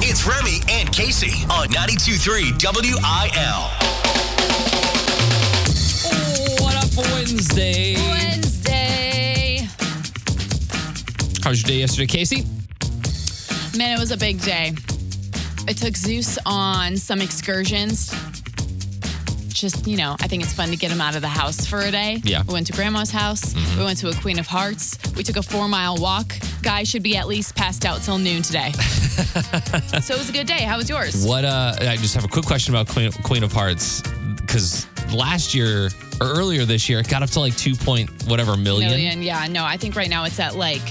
with Remy and Casey on 92.3 WIL. What up, Wednesday? Wednesday. How's your day yesterday, Casey? Man, it was a big day. I took Zeus on some excursions. Just, you know, I think it's fun to get him out of the house for a day. Yeah. Mm-hmm. We went to grandma's house. We went to a Queen of Hearts. We took a four mile walk. Guy should be at least passed out till noon today. so it was a good day. How was yours? What? Uh, I just have a quick question about Queen, Queen of Hearts because last year or earlier this year, it got up to like two point whatever million. Million. Yeah, no, I think right now it's at like,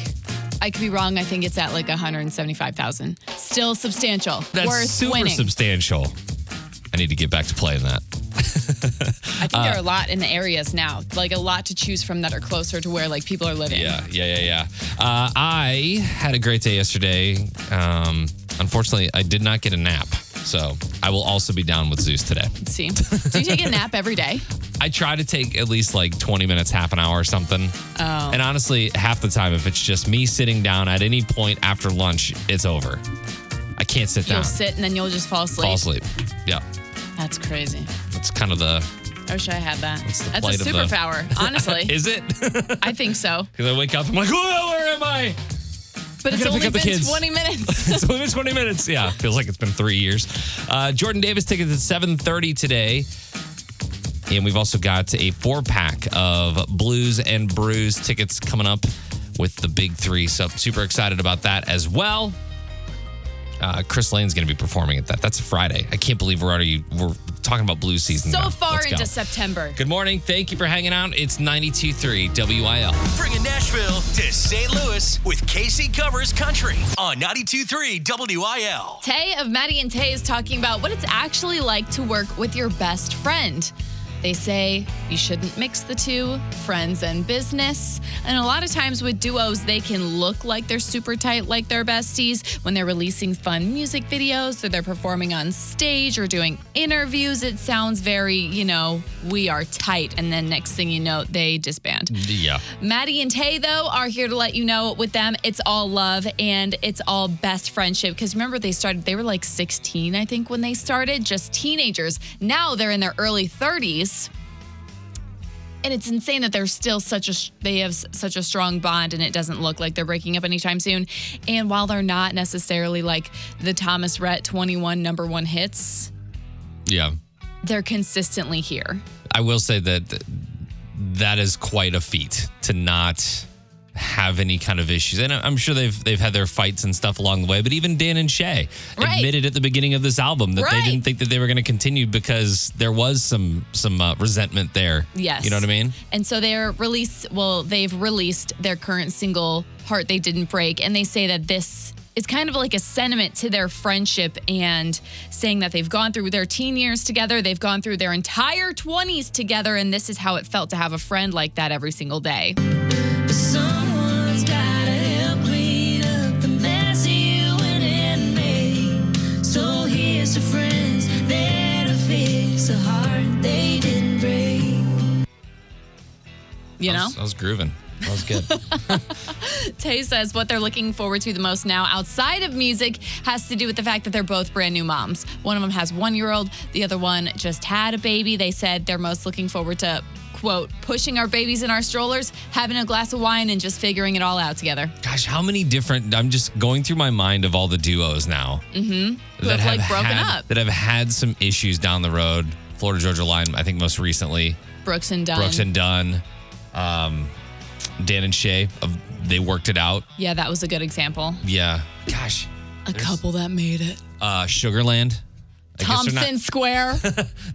I could be wrong. I think it's at like 175,000. Still substantial. That's Worth super winning. substantial. I need to get back to playing that. I think there are a Uh, lot in the areas now, like a lot to choose from that are closer to where like people are living. Yeah, yeah, yeah, yeah. Uh, I had a great day yesterday. Um, unfortunately, I did not get a nap, so I will also be down with Zeus today. See, do you take a nap every day? I try to take at least like 20 minutes, half an hour or something. Oh. And honestly, half the time, if it's just me sitting down at any point after lunch, it's over. I can't sit You'll down. sit and then you'll just fall asleep. Fall asleep. Yeah. That's crazy. That's kind of the. I wish I had that. the That's plight a of the- superpower, honestly. Is it? Because I think so. I wake up, I'm like, whoa, where am I? But it's gotta only pick up the been kids. 20 minutes. it's only been 20 minutes. Yeah, feels like it's been three years. Uh, Jordan Davis tickets at 7.30 today. And we've also got a four-pack of Blues and Brews tickets coming up with the big three. So super excited about that as well. Uh, Chris Lane's going to be performing at that. That's Friday. I can't believe we're already we're talking about blues season. so now. far Let's go. into September. Good morning. Thank you for hanging out. It's 92.3 WIL. Bringing Nashville to St. Louis with Casey Covers Country on 92.3 WIL. Tay of Maddie and Tay is talking about what it's actually like to work with your best friend. They say you shouldn't mix the two, friends and business. And a lot of times with duos, they can look like they're super tight, like they're besties, when they're releasing fun music videos or they're performing on stage or doing interviews. It sounds very, you know, we are tight. And then next thing you know, they disband. Yeah. Maddie and Tay, though, are here to let you know with them, it's all love and it's all best friendship. Because remember, they started, they were like 16, I think, when they started, just teenagers. Now they're in their early 30s. And it's insane that they're still such a, they have s- such a strong bond and it doesn't look like they're breaking up anytime soon. And while they're not necessarily like the Thomas Rhett 21 number one hits, Yeah. they're consistently here. I will say that th- that is quite a feat to not have any kind of issues. And I- I'm sure they've they've had their fights and stuff along the way, but even Dan and Shay Right. admitted at the beginning of this album that they Right. didn't think that they were going to continue because there was some some uh, resentment there. Yes. You know what I mean? And so they're released, well, they've released their current single, Heart They Didn't Break. And they say that this is kind of like a sentiment to their friendship and saying that they've gone through their teen years together, they've gone through their entire 20s together. And this is how it felt to have a friend like that every single day. Someone's gotta help clean up the mess you and it made. So here's to friends there to fix a heart they didn't break. You I know? was, I was grooving. That was good. Tay says what they're looking forward to the most now outside of music has to do with the fact that they're both brand new moms. One of them has one year old, the other one just had a baby. They said they're most looking forward to, quote, pushing our babies in our strollers, having a glass of wine, and just figuring it all out together. Gosh, how many different? I'm just going through my mind of all the duos now mm-hmm. have, like, broken had, up. that have had some issues down the road. Florida Georgia Line, I think most recently. Brooks and Dunn. Brooks and Dunn, um, Dan and Shay. Of, they worked it out. yeah, that was a good example. Yeah. Gosh. A couple that made it. Uh, Sugarland. I guess they're Thompson not- Square.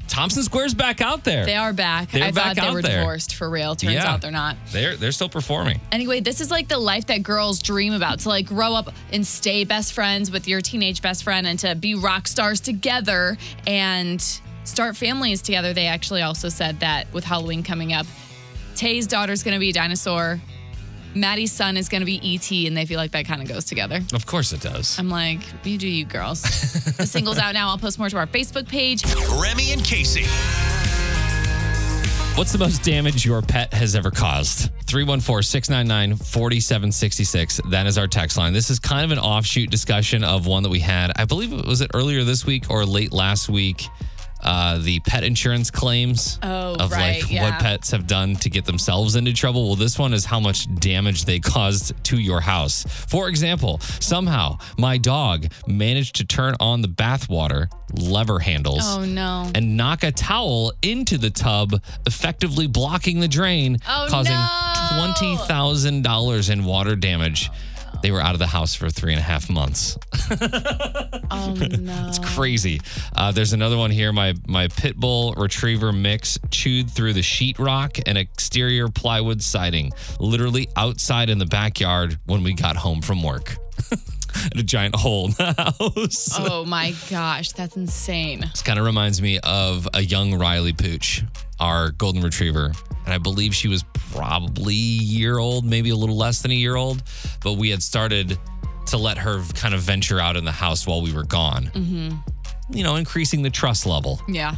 Thompson Square's back out there. they are back. They're I back thought they out were there. divorced for real. Turns Yeah. out they're not. They're they're still performing. Anyway, this is like the life that girls dream about to like grow up and stay best friends with your teenage best friend and to be rock stars together and start families together. They actually also said that with Halloween coming up, Tay's daughter's gonna be a dinosaur, Maddie's son is gonna be E.T., and they feel like that kind of goes together. Of course it does. I'm like, you do you, girls. the single's out now. I'll post more to our Facebook page. Remy and Casey. What's the most damage your pet has ever caused? 314 699 4766. That is our text line. This is kind of an offshoot discussion of one that we had, I believe it was it earlier this week or late last week. Uh, the pet insurance claims Oh, of right, like yeah. what pets have done to get themselves into trouble. Well, this one is how much damage they caused to your house. For example, somehow my dog managed to turn on the bathwater lever handles Oh, no. and knock a towel into the tub, effectively blocking the drain, Oh, causing no. $20,000 in water damage. They were out of the house for three and a half months. Oh, no. It's Crazy. Uh, there's another one here. My my pit bull retriever mix chewed through the sheetrock and exterior plywood siding, literally outside in the backyard when we got home from work. And a giant hole in the house. Oh, my gosh. That's insane. This kind of reminds me of a young Riley Pooch, our golden retriever. And I believe she was probably a year old, maybe a little less than a year old. But we had started to let her kind of venture out in the house while we were gone, you know, increasing the trust level. Yeah.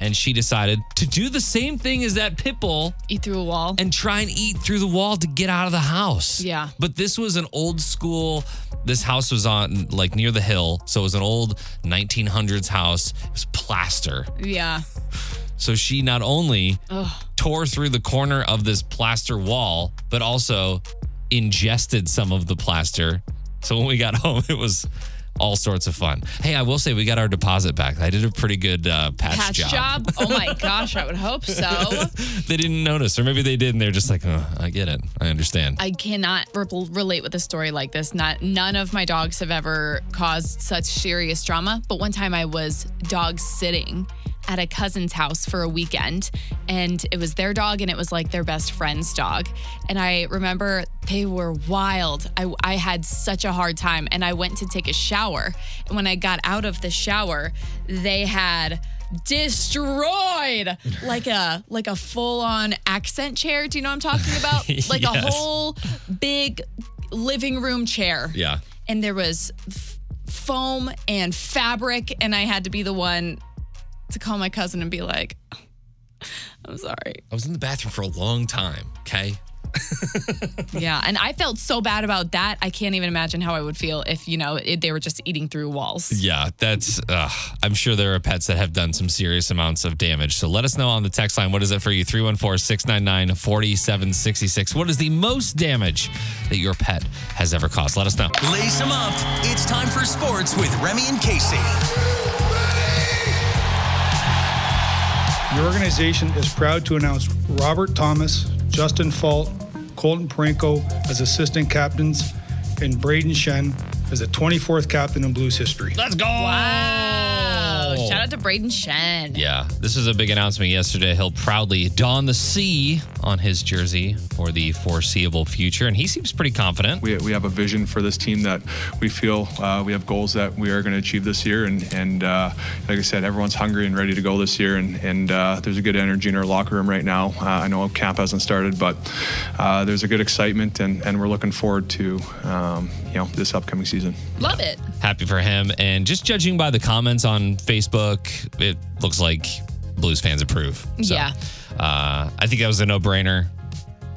And she decided to do the same thing as that pit bull Eat through a wall. and try and eat through the wall to get out of the house. Yeah. But this was an old school. This house was on like near the hill, so it was an old 1900s house. It was plaster. yeah. So she not only tore through the corner of this plaster wall, but also ingested some of the plaster. So when we got home, it was all sorts of fun. Hey, I will say we got our deposit back. I did a pretty good uh, patch, Patch job. job. Oh, my gosh. I would hope so. They didn't notice, or maybe they did, and they're just like, oh, I get it. I understand. I cannot re- relate with a story like this. Not none of my dogs have ever caused such serious drama. But one time I was dog sitting at a cousin's house for a weekend, and it was their dog, and it was like their best friend's dog. And I remember they were wild. I, I had such a hard time, and I went to take a shower. And when I got out of the shower, they had destroyed like a like a full-on accent chair do you know what i'm talking about like a Yes. whole full big living room chair. yeah. And there was f- foam and fabric, and I had to be the one to call my cousin and be like, I'm sorry. I was in the bathroom for a long time. Okay. Yeah. And I felt so bad about that. I can't even imagine how I would feel if, you know, it, they were just eating through walls. Yeah, that's. Uh, I'm sure there are pets that have done some serious amounts of damage. So let us know on the text line. What is it for you? 314 699 4766. What is the most damage that your pet has ever caused? Let us know. Lace them up. It's time for sports with Remy and Casey. The organization is proud to announce Robert Thomas, Justin Fault, Colton Parenko as assistant captains, and Braden Shen as the 24th captain in Blues history. Let's go. Wow. Shout out to Braden Shen. Yeah, this is a big announcement yesterday. He'll proudly don the C on his jersey for the foreseeable future. And he seems pretty confident. We, we have a vision for this team that we feel uh, we have goals that we are going to achieve this year. And, and uh, like I said, everyone's hungry and ready to go this year. And, and uh, there's a good energy in our locker room right now. Uh, I know camp hasn't started, but uh, there's a good excitement, and, and we're looking forward to um, you know this upcoming season. Love it. Happy for him. And just judging by the comments on Facebook, it looks like Blues fans approve. Yeah. Uh, I think that was a no brainer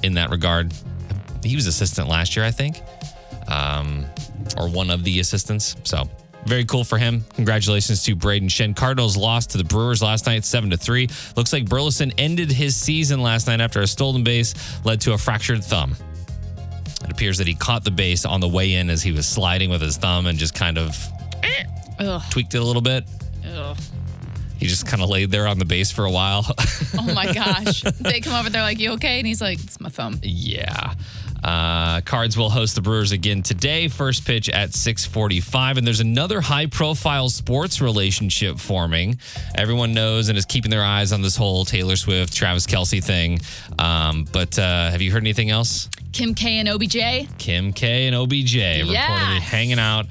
in that regard. He was assistant last year, I think, um, or one of the assistants. So very cool for him. Congratulations to Braden Shen. Cardinals lost to the Brewers last night, seven to three. Looks like Burleson ended his season last night after a stolen base led to a fractured thumb. It appears that he caught the base on the way in as he was sliding with his thumb and just kind of eh, Ugh. tweaked it a little bit. Ugh. He just kind of laid there on the base for a while. Oh my gosh. they come over, they're like, You okay? And he's like, It's my thumb. Yeah. Uh, Cards will host the Brewers again today. First pitch at 6:45, and there's another high-profile sports relationship forming. Everyone knows and is keeping their eyes on this whole Taylor Swift, Travis Kelsey thing. Um, but uh, have you heard anything else? Kim K and OBJ. Kim K and OBJ reportedly Yes. hanging out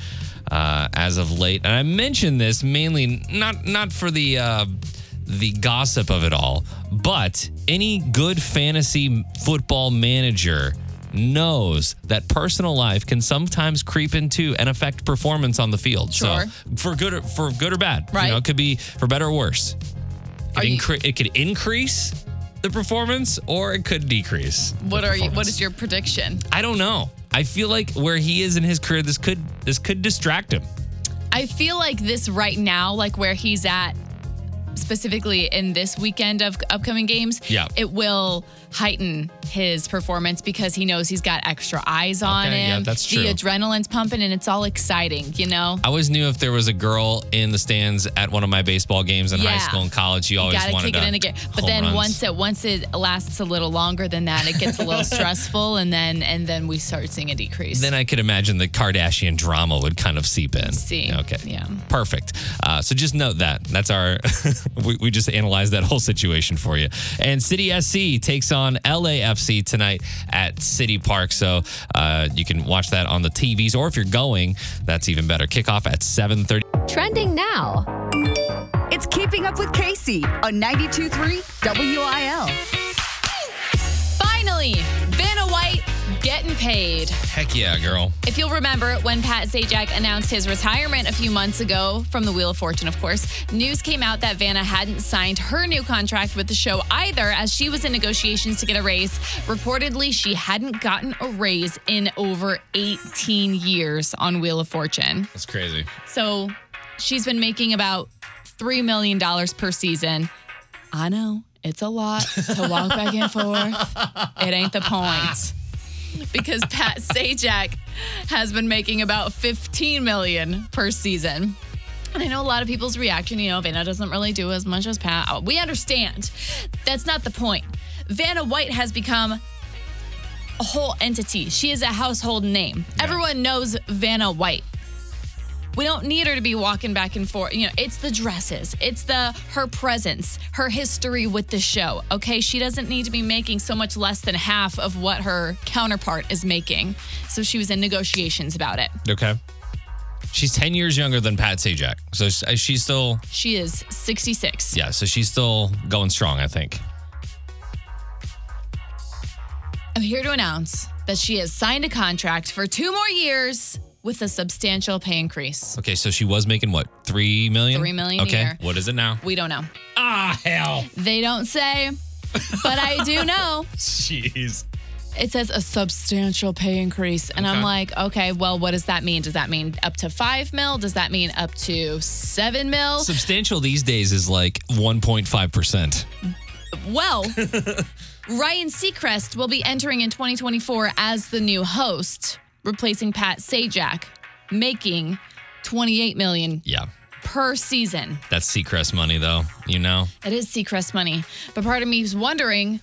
uh, as of late. And I mentioned this mainly not not for the uh, the gossip of it all, but any good fantasy football manager knows that personal life can sometimes creep into and affect performance on the field. Sure. So for good or, for good or bad, Right. you know, it could be for better or worse. It, Are you- incre- it could increase the performance or it could decrease. the What are you? What performance. is your prediction? I don't know. I feel like where he is in his career, this could this could distract him. I feel like this right now, like where he's at specifically in this weekend of upcoming games, Yeah. it will heighten his performance because he knows he's got extra eyes on Okay, him. yeah, that's true. The adrenaline's pumping and it's all exciting, you know? I always knew if there was a girl in the stands at one of my baseball games in high Yeah. school and college, you You always gotta wanted kick it a in the game. But home then runs. once it once it lasts a little longer than that, it gets a little stressful and then and then we start seeing a decrease. then I could imagine the Kardashian drama would kind of seep in. See, Okay. yeah. Perfect. Uh, so just note that. That's our, we, we just analyzed that whole situation for you. And City SC takes on LAFC tonight at City Park. So uh, you can watch that on the TVs, or if you're going, that's even better. Kickoff at 7.30. Trending now. It's Keeping Up with Casey on 92.3 WIL. Finally, Vanna White getting paid. Heck yeah, girl. If you'll remember, when Pat Sajak announced his retirement a few months ago from the Wheel of Fortune, of course, news came out that Vanna hadn't signed her new contract with the show either, as she was in negotiations to get a raise. Reportedly, she hadn't gotten a raise in over 18 years on Wheel of Fortune. That's crazy. So she's been making about $3 million per season. I know it's a lot to walk back and forth. It ain't the point. Because Pat Sajak has been making about 15 million per season. And I know a lot of people's reaction, you know, Vanna doesn't really do as much as Pat. Oh, We understand. That's not the point. Vanna White has become a whole entity. She is a household name. Everyone knows Vanna White. We don't need her to be walking back and forth. You know, it's the dresses, it's the her presence, her history with the show. Okay, she doesn't need to be making so much less than half of what her counterpart is making. So she was in negotiations about it. Okay. She's 10 years younger than Pat Sajak. So s- uh, she's still, She is 66. yeah, so she's still going strong, I think. I'm here to announce that she has signed a contract for two more years with a substantial pay increase. Okay, so she was making what, three million? Three million a Okay, year. what is it now? We don't know. Ah, hell, They don't say, but I do know. jeez. It says a substantial pay increase. And I'm Okay. like, okay, well, what does that mean? Does that mean up to five mil? Does that mean up to seven mil? Substantial these days is like 1.5 percent. well, Ryan Seacrest will be entering in 2024 as the new host, replacing Pat Sajak, making 28 million Yeah, per season. that's Seacrest money though. You know, It is Seacrest money. But part of me is wondering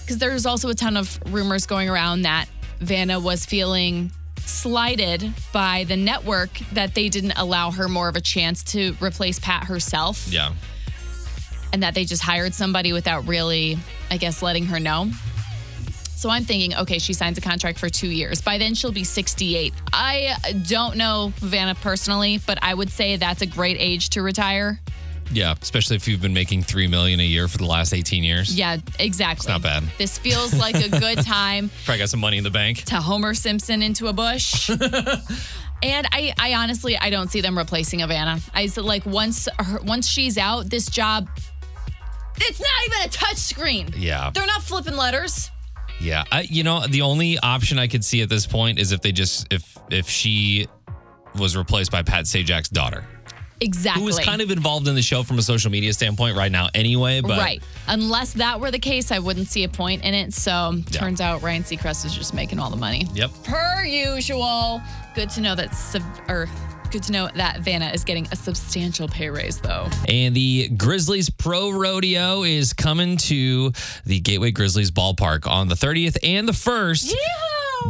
because there's also a ton of rumors going around that Vanna was feeling slighted by the network that they didn't allow her more of a chance to replace Pat herself yeah. and that they just hired somebody without really, I guess, letting her know. So I'm thinking, okay, she signs a contract for two years. By then, she'll be 68. I don't know Vanna personally, but I would say that's a great age to retire. Yeah, especially if you've been making 3 million a year for the last 18 years. Yeah, exactly. It's not bad. This feels like a good time Probably got some money in the bank. to Homer Simpson into a bush. and I, I honestly, I don't see them replacing Havana. I s- like once, her, once she's out, this job, it's not even a touch screen. Yeah. they're not flipping letters. Yeah, I, you know, the only option I could see at this point is if they just if if she was replaced by Pat Sajak's daughter, Exactly. who is kind of involved in the show from a social media standpoint right now, anyway. But right. Unless that were the case, I wouldn't see a point in it. So Yeah. turns out Ryan Seacrest is just making all the money. Yep. Per usual. Good to know that. Sub- or good to know that Vanna is getting a substantial pay raise though. And the Grizzlies Pro Rodeo is coming to the Gateway Grizzlies Ballpark on the 30th and the 1st.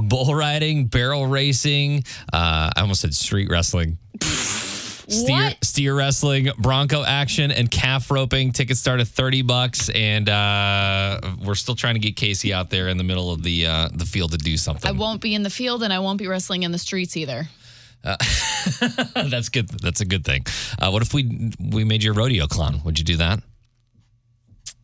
Bull riding, barrel racing, uh, I almost said street wrestling. Steer, What? steer wrestling, bronco action, and calf roping. Tickets start at thirty bucks, and uh, we're still trying to get Casey out there in the middle of the uh, the field to do something. I won't be in the field and I won't be wrestling in the streets either. That's good. That's a good thing. Uh, what if we we made you a rodeo clown? Would you do that?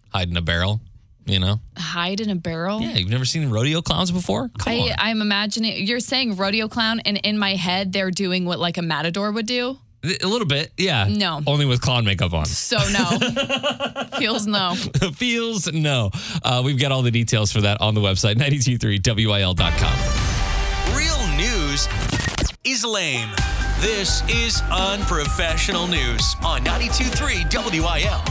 Hide in a barrel, you know? Hide in a barrel? Yeah, you've never seen rodeo clowns before? Come on. I, I'm imagining you're saying rodeo clown, and in my head, they're doing what like a matador would do. A little bit, yeah. No. Only with clown makeup on. So no. Feels no. Feels no. Uh, we've got all the details for that on the website, 923wil.com. Real news is lame. This is unprofessional news on 923 WIL.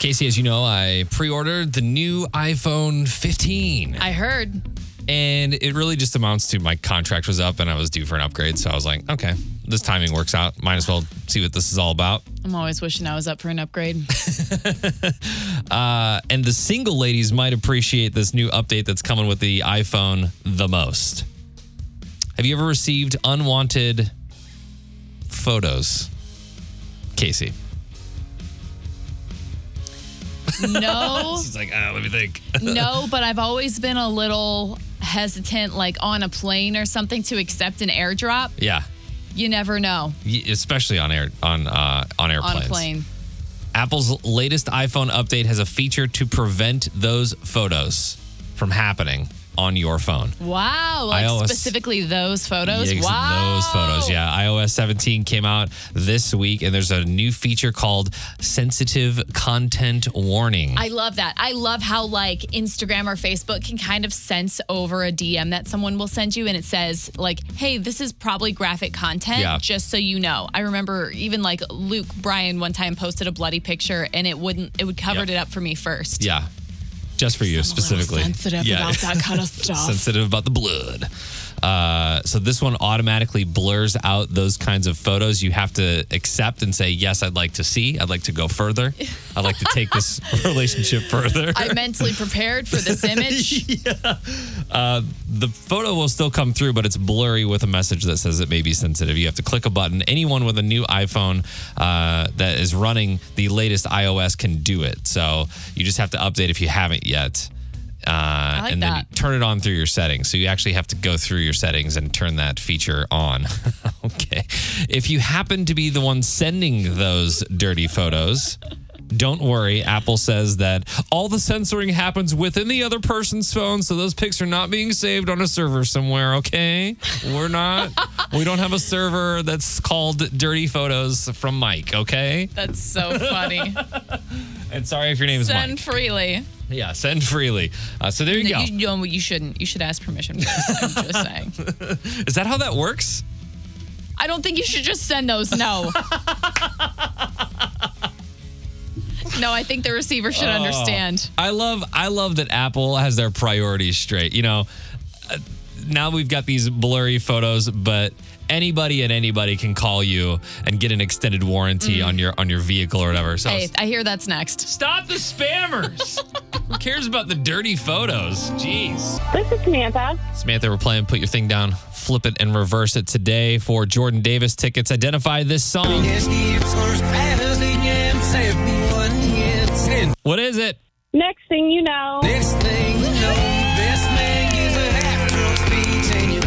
Casey, as you know, I pre ordered the new iPhone 15. I heard. And it really just amounts to my contract was up and I was due for an upgrade. So I was like, okay, this timing works out. Might as well see what this is all about. I'm always wishing I was up for an upgrade. Uh, and the single ladies might appreciate this new update that's coming with the iPhone the most. Have you ever received unwanted photos, Casey? No. She's like, ah, let me think. no, but I've always been a little hesitant, like on a plane or something, to accept an airdrop. yeah, You never know Y- especially on air on uh, on airplanes. on a plane. Apple's latest iPhone update has a feature to prevent those photos from happening on your phone. Wow. Like iOS. specifically those photos. Yeah, wow. Those photos. Yeah. iOS 17 came out this week, and there's a new feature called sensitive content warning. I love that. I love how like Instagram or Facebook can kind of sense over a DM that someone will send you and it says like, "Hey, this is probably graphic content Yeah. just so you know." I remember even like Luke Bryan one time posted a bloody picture and it wouldn't it would covered Yep. it up for me first. yeah. Just for you specifically. sensitive about that kind of stuff. sensitive about the blood. Uh, so this one automatically blurs out those kinds of photos. You have to accept and say, "Yes, I'd like to see. I'd like to go further. I'd like to take this relationship further." I mentally prepared for this image. the photo will still come through, but it's blurry with a message that says it may be sensitive. You have to click a button. Anyone with a new iPhone uh, that is running the latest iOS can do it. So you just have to update if you haven't yet. Uh, like and then that. you turn it on through your settings. So you actually have to go through your settings and turn that feature on. okay. If you happen to be the one sending those dirty photos, don't worry. Apple says that all the censoring happens within the other person's phone, so those pics are not being saved on a server somewhere, okay? We're not, we don't have a server that's called Dirty Photos from Mike, okay? That's so funny. And sorry if your name is Send Mike. freely. Yeah, send freely. Uh, so there you No, go. You, you, know, you shouldn't. You should ask permission first. I'm just saying. Is that how that works? I don't think you should just send those. No. no, I think the receiver should Oh. understand. I love I love that Apple has their priorities straight. You know, uh, now we've got these blurry photos, but anybody and anybody can call you and get an extended warranty Mm. on your on your vehicle or whatever. So Hey, I hear that's next. stop the spammers. Who cares about the dirty photos? Jeez. This is Samantha. Samantha, we're playing put your thing down, flip it and reverse it today for Jordan Davis tickets. Identify this song. What is it? Next thing you know, We're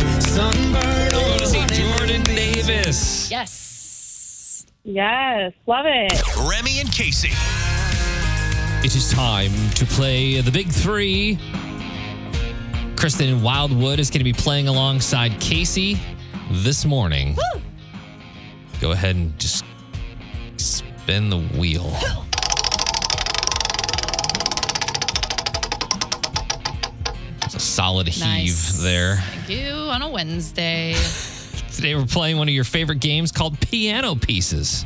going to see Jordan Davis. Yes. yes, love it. Remy and Casey. It is time to play the big three. Kristen Wildwood is going to be playing alongside Casey this morning. Go ahead and just spin the wheel. It's a solid heave Nice. there. Thank you on a Wednesday. Today we're playing one of your favorite games called Piano Pieces.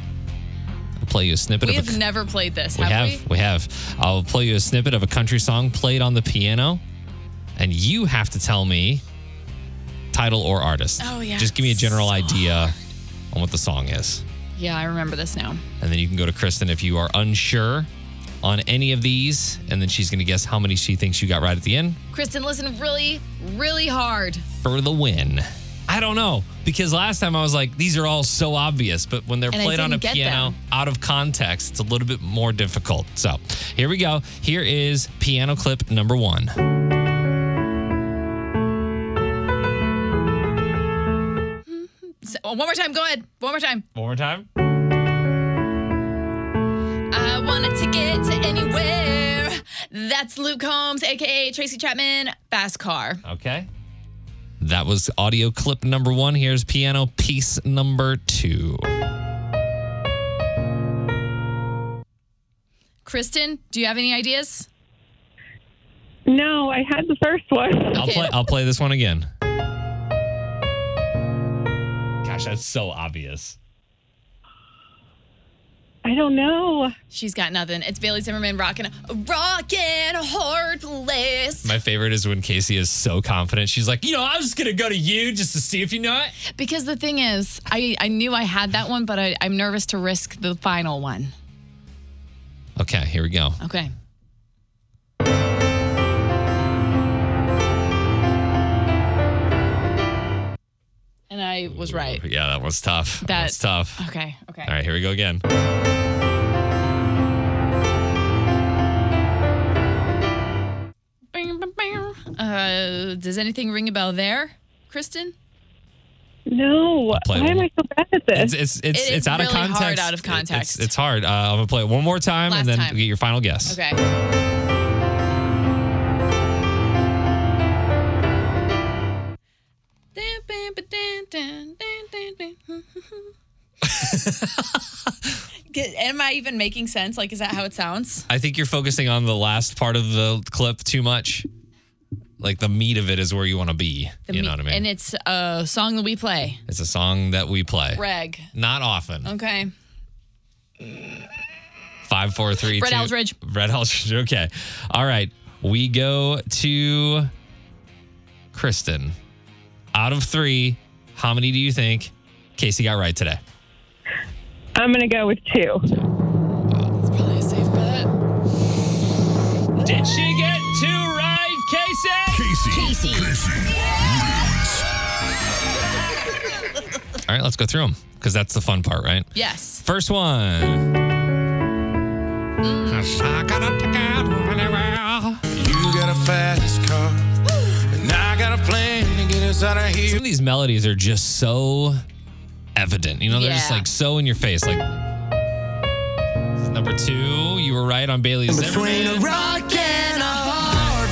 I'll play you a snippet we of a. have never played this, We have, have, we? we have. I'll play you a snippet of a country song played on the piano, and you have to tell me title or artist. Oh, yeah. Just give me a general idea on what the song is, Yeah, I remember this now. and then you can go to Kristen if you are unsure on any of these, and then she's going to guess how many she thinks you got right at the end Kristen, listen really, really hard. for the win. I don't know because last time I was like, these are all so obvious, but when they're And I played on a didn't get piano them. out of context, it's a little bit more difficult. So here we go. Here is piano clip number one. So- One more time. Go ahead. One more time. One more time. I wanted to get to anywhere. That's Luke Combs, aka Tracy Chapman, fast car. Okay. That was audio clip number one. Here's piano piece number two. Kristen, do you have any ideas? No, I had the first one. I'll Okay. play. I'll play this one again. Gosh, that's so obvious. I don't know. She's got nothing. It's Bailey Zimmerman rocking, rocking hard place. My favorite is when Casey is so confident. She's like, you know, I was just gonna go to you just to see if you know it. Because the thing is, I, I knew I had that one, but I, I'm nervous to risk the final one. Okay, here we go. Okay. And I was right. Yeah, that was tough. That, That- was tough. Okay. Okay. All right, here we go again. Bing, bing, bing. Uh, does anything ring a bell there, Kristen? No. I'll play Why am one. I so bad at It's this? it's it's, It it's, is out of really hard context. out of context. It's, it's hard. Uh, I'm gonna play it one more time Last and then time. get your final guess. Okay. Get- Am I even making sense? Like, is that how it sounds? I think you're focusing on the last part of the clip too much. Like the meat of it is where you want to be. The you me- know what I mean? And it's a song that we play, it's a song that we play. Reg. Not often. Okay. Five, four, three, Brett two- Eldridge. Brett Eldridge. Okay. All right. We go to Kristen. Out of three, how many do you think Casey got right today? I'm going to go with two. It's probably a safe bet. Did she get two right, Casey? Casey. Casey. All right, let's go through them because that's the fun part, right? Yes. First one. I got a ticket. You got a fast car, and I got a plan to get us out of Some here. of these melodies are just so evident. You know, they're just Yeah. like so in your face. Like This is number two, you were right on Bailey's. Between a rock and a hard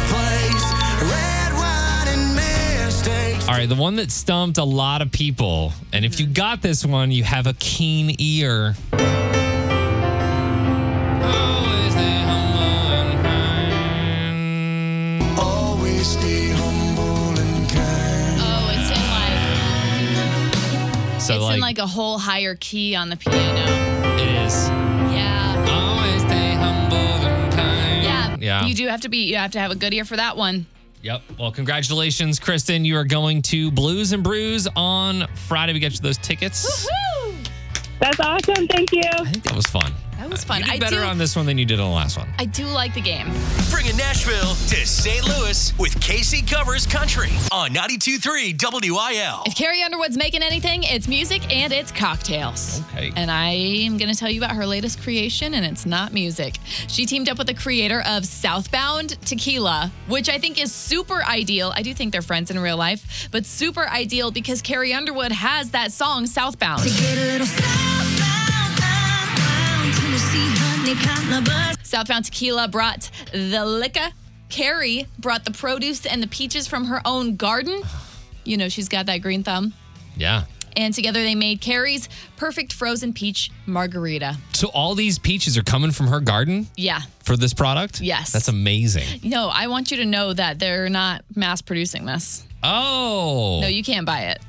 place, red wine and mistakes. All right, the one that stumped a lot of people, and if you got this one, you have a keen ear. Always stay humble and kind. Always stay humble and kind. Oh, it's in like So it's like, in like a whole higher key on the piano. it is. Yeah. Always stay humble and kind. Yeah. Yeah. You do have to be. You have to have a good ear for that one. Yep. Well, congratulations, Kristen. You are going to Blues and Brews on Friday. We got you those tickets. That's awesome. Thank you. I think that was fun. That was fun. You did I better do. on this one than you did on the last one. I do like the game. Bringing Nashville to St. Louis with Casey Covers Country on 92.3 WIL. If Carrie Underwood's making anything, it's music and it's cocktails. Okay. And I am going to tell you about her latest creation, and it's not music. She teamed up with the creator of Southbound Tequila, which I think is super ideal. I do think they're friends in real life, but super ideal because Carrie Underwood has that song, Southbound. Get a little southbound, bound, Tennessee, honey, caught my bus. Southbound Tequila brought the liquor. Carrie brought the produce and the peaches from her own garden. You know, she's got that green thumb. Yeah. And together they made Carrie's perfect frozen peach margarita. So all these peaches are coming from her garden Yeah. for this product? Yes. That's amazing. No, I want you to know that they're not mass producing this. Oh. No, you can't buy it.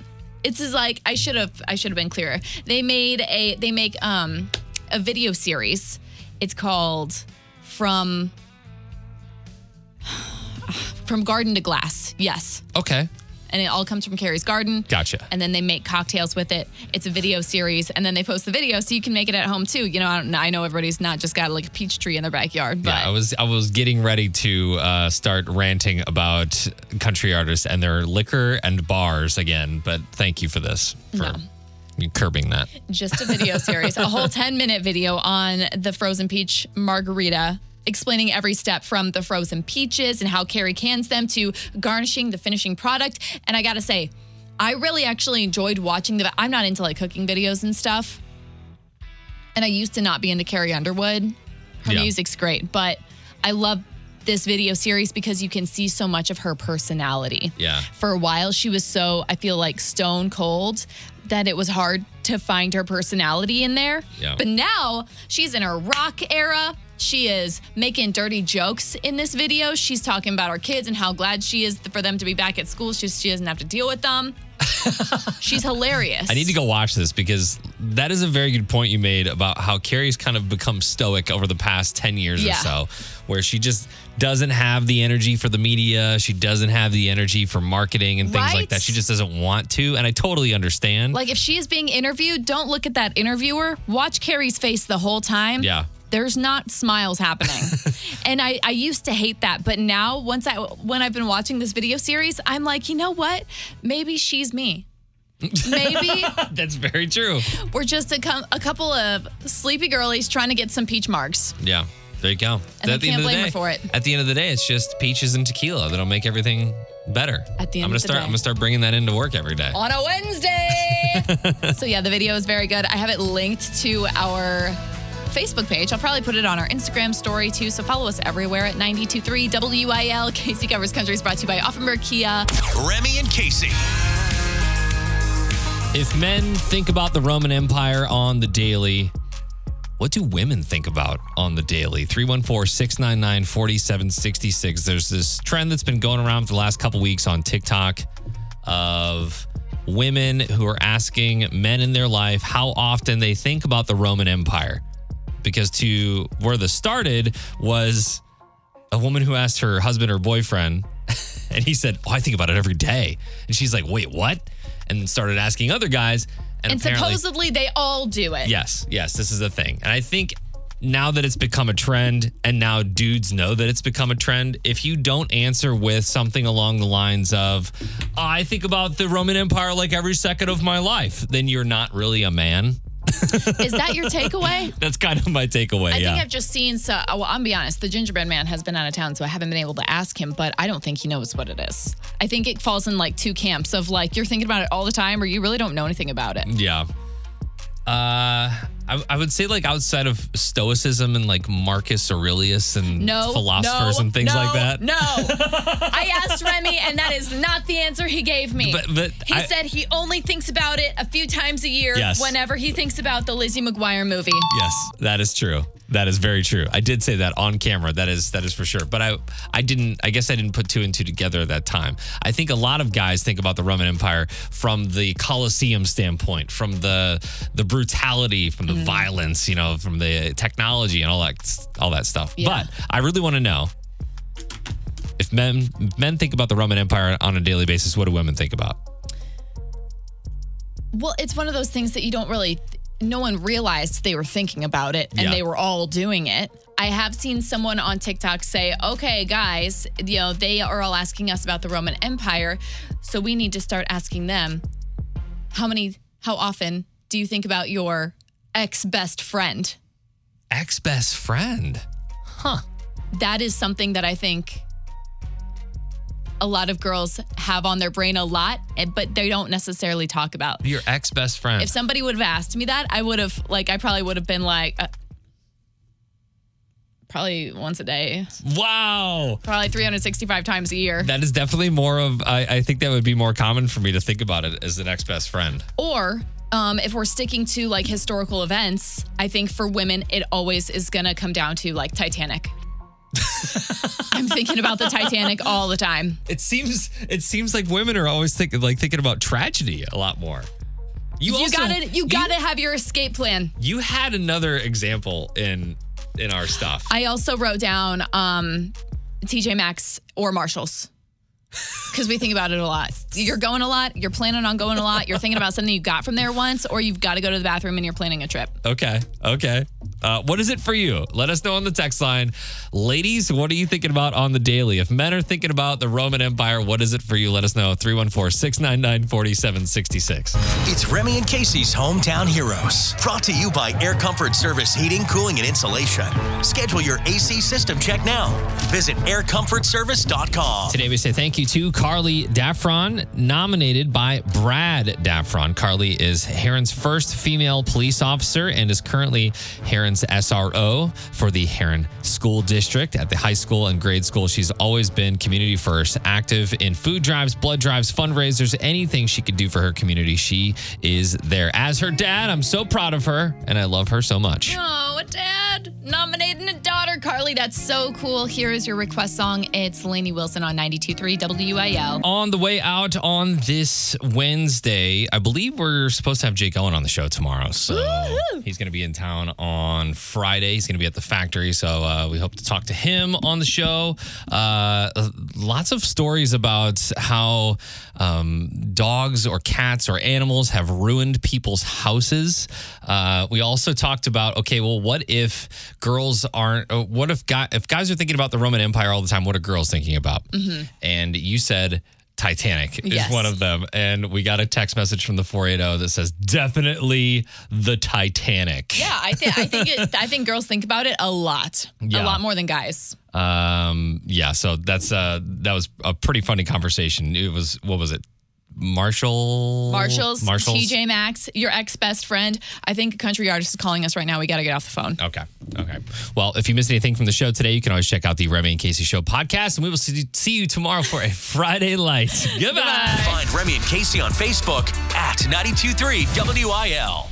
It's just like I should have I should have been clearer. They made a they make um a video series. It's called From From Garden to Glass. Yes. okay. and it all comes from Carrie's garden. Gotcha. And then they make cocktails with it. It's a video series, and then they post the video, so you can make it at home too. You know, I, don't, I know everybody's not just got like a peach tree in their backyard, but yeah, I was I was getting ready to uh, start ranting about country artists and their liquor and bars again, but thank you for this for curbing that. just a video series, a whole 10 minute video on the frozen peach margarita. Explaining every step from the frozen peaches and how Carrie cans them to garnishing the finishing product. And I gotta say, I really actually enjoyed watching the. I'm not into like cooking videos and stuff. And I used to not be into Carrie Underwood. Her Yeah. music's great, but I love this video series because you can see so much of her personality. Yeah. For a while, she was so, I feel like, stone cold that it was hard to find her personality in there. Yeah. But now she's in her rock era. She is making dirty jokes in this video. She's talking about her kids and how glad she is for them to be back at school. She's, she doesn't have to deal with them. she's hilarious. I need to go watch this because that is a very good point you made about how Carrie's kind of become stoic over the past 10 years Yeah. or so, where she just doesn't have the energy for the media. She doesn't have the energy for marketing and things like Right? that. She just doesn't want to. And I totally understand. Like if she is being interviewed, don't look at that interviewer. Watch Carrie's face the whole time. Yeah. There's not smiles happening. and I, I used to hate that, but now once I when I've been watching this video series, I'm like, you know what? Maybe she's me. Maybe That's very true. we're just a, com- a couple of sleepy girlies trying to get some peach marks. Yeah. There you go. And At they the end of can't the blame her day- for it. At the end of the day, it's just peaches and tequila that'll make everything better. At the end I'm gonna of the start day. I'm gonna start bringing that into work every day. on a Wednesday. so yeah, the video is very good. I have it linked to our Facebook page. I'll probably put it on our Instagram story too. So follow us everywhere at 923 WIL. Casey Covers Country is brought to you by Offenberg Kia. Remy and Casey. If men think about the Roman Empire on the daily, what do women think about on the daily? 314 699 4766. There's this trend that's been going around for the last couple weeks on TikTok of women who are asking men in their life how often they think about the Roman Empire. Because to where this started was a woman who asked her husband or boyfriend, and he said, Oh, I think about it every day. And she's like, Wait, what? And started asking other guys. And, And apparently, supposedly they all do it. Yes, yes, this is a thing. And I think now that it's become a trend and now dudes know that it's become a trend, if you don't answer with something along the lines of, I think about the Roman Empire like every second of my life, then you're not really a man. Is that your takeaway? That's kind of my takeaway. I yeah. think I've just seen so. uh, Well, I'm be honest. The gingerbread man has been out of town, so I haven't been able to ask him. But I don't think he knows what it is. I think it falls in like two camps of like you're thinking about it all the time, or you really don't know anything about it. Yeah. Uh, I, I would say like outside of Stoicism and like Marcus Aurelius and no philosophers no, and things no, like that. No, I asked Remy, and that is not the answer he gave me. But- but he I- said he only thinks about it a few times a year. Yes. whenever he thinks about the Lizzie McGuire movie. Yes, that is true. That is very true. I did say that on camera. That is that is for sure. But I I didn't I guess I didn't put two and two together at that time. I think a lot of guys think about the Roman Empire from the Colosseum standpoint, from the the brutality, from the Mm-hmm. violence, you know, from the technology and all that all that stuff. Yeah. But I really want to know if men men think about the Roman Empire on a daily basis, what do women think about? Well, it's one of those things that you don't really. No one realized they were thinking about it, and Yeah. they were all doing it. I have seen someone on TikTok say, "Okay, guys, you know they are all asking us about the Roman Empire, so we need to start asking them." how many how often do you think about your ex best friend Ex best friend. that is something that i think a lot of girls have on their brain a lot eh, but they don't necessarily talk about Your ex best friend. if somebody would have asked me that i would have like i probably would have been like uh, probably once a day wow. probably 365 times a year That is definitely more of, I, I think that would be more common for me to think about it as the next best friend. Or um, if we're sticking to like historical events, I think for women, it always is going to come down to like Titanic. I'm thinking about the Titanic all the time. It seems, it seems like women are always thinking, like thinking about tragedy a lot more. You, You also- gotta, you gotta have your escape plan. You had another example in, in our stuff. I also wrote down um, TJ Maxx or Marshalls because we think about it a lot. You're going a lot. You're planning on going a lot. You're thinking about something you got from there once, or you've got to go to the bathroom and you're planning a trip. Okay. Okay. Uh, what is it for you? Let us know on the text line. Ladies, what are you thinking about on the daily? If men are thinking about the Roman Empire, what is it for you? Let us know. 314 699 4766. It's Remy and Casey's Hometown Heroes. Brought to you by Air Comfort Service Heating, Cooling, and Insulation. Schedule your AC system check now. Visit aircomfortservice.com. Today we say thank you to Carly Daffron, nominated by Brad Daffron. Carly is Heron's first female police officer and is currently Heron's Heron's SRO for the Heron School District at the high school and grade school. She's always been community first, active in food drives, blood drives, fundraisers, anything she could do for her community. She is there. As her dad, I'm so proud of her and I love her so much. Oh, a dad nominating a daughter, Carly. That's so cool. Here is your request song. It's Laney Wilson on 92.3 WIL. On the way out on this Wednesday, I believe we're supposed to have Jake Owen on the show tomorrow. So he's going to be in town on Friday. He's going to be at the factory. So uh, we hope to talk to him on the show. Uh, lots of stories about how um, dogs or cats or animals have ruined people's houses. Uh, we also talked about okay, well, what if girls aren't? uh, What if guy, if guys are thinking about the Roman Empire all the time? What are girls thinking about? And you said Titanic is Yes. one of them, and we got a text message from the four eight zero that says definitely the Titanic. Yeah, I think I think it, I think girls think about it a lot, Yeah. a lot more than guys. Um, yeah, so that's uh that was a pretty funny conversation. It was what was it? Marshall Marshalls, Marshalls. TJ Maxx, your ex best friend. I think a country artist is calling us right now. We got to get off the phone. Okay. Okay. Well, if you missed anything from the show today, you can always check out the Remy and Casey Show podcast, and we will see see you tomorrow for a Friday light. Goodbye. Find Remy and Casey on Facebook at 923 WIL.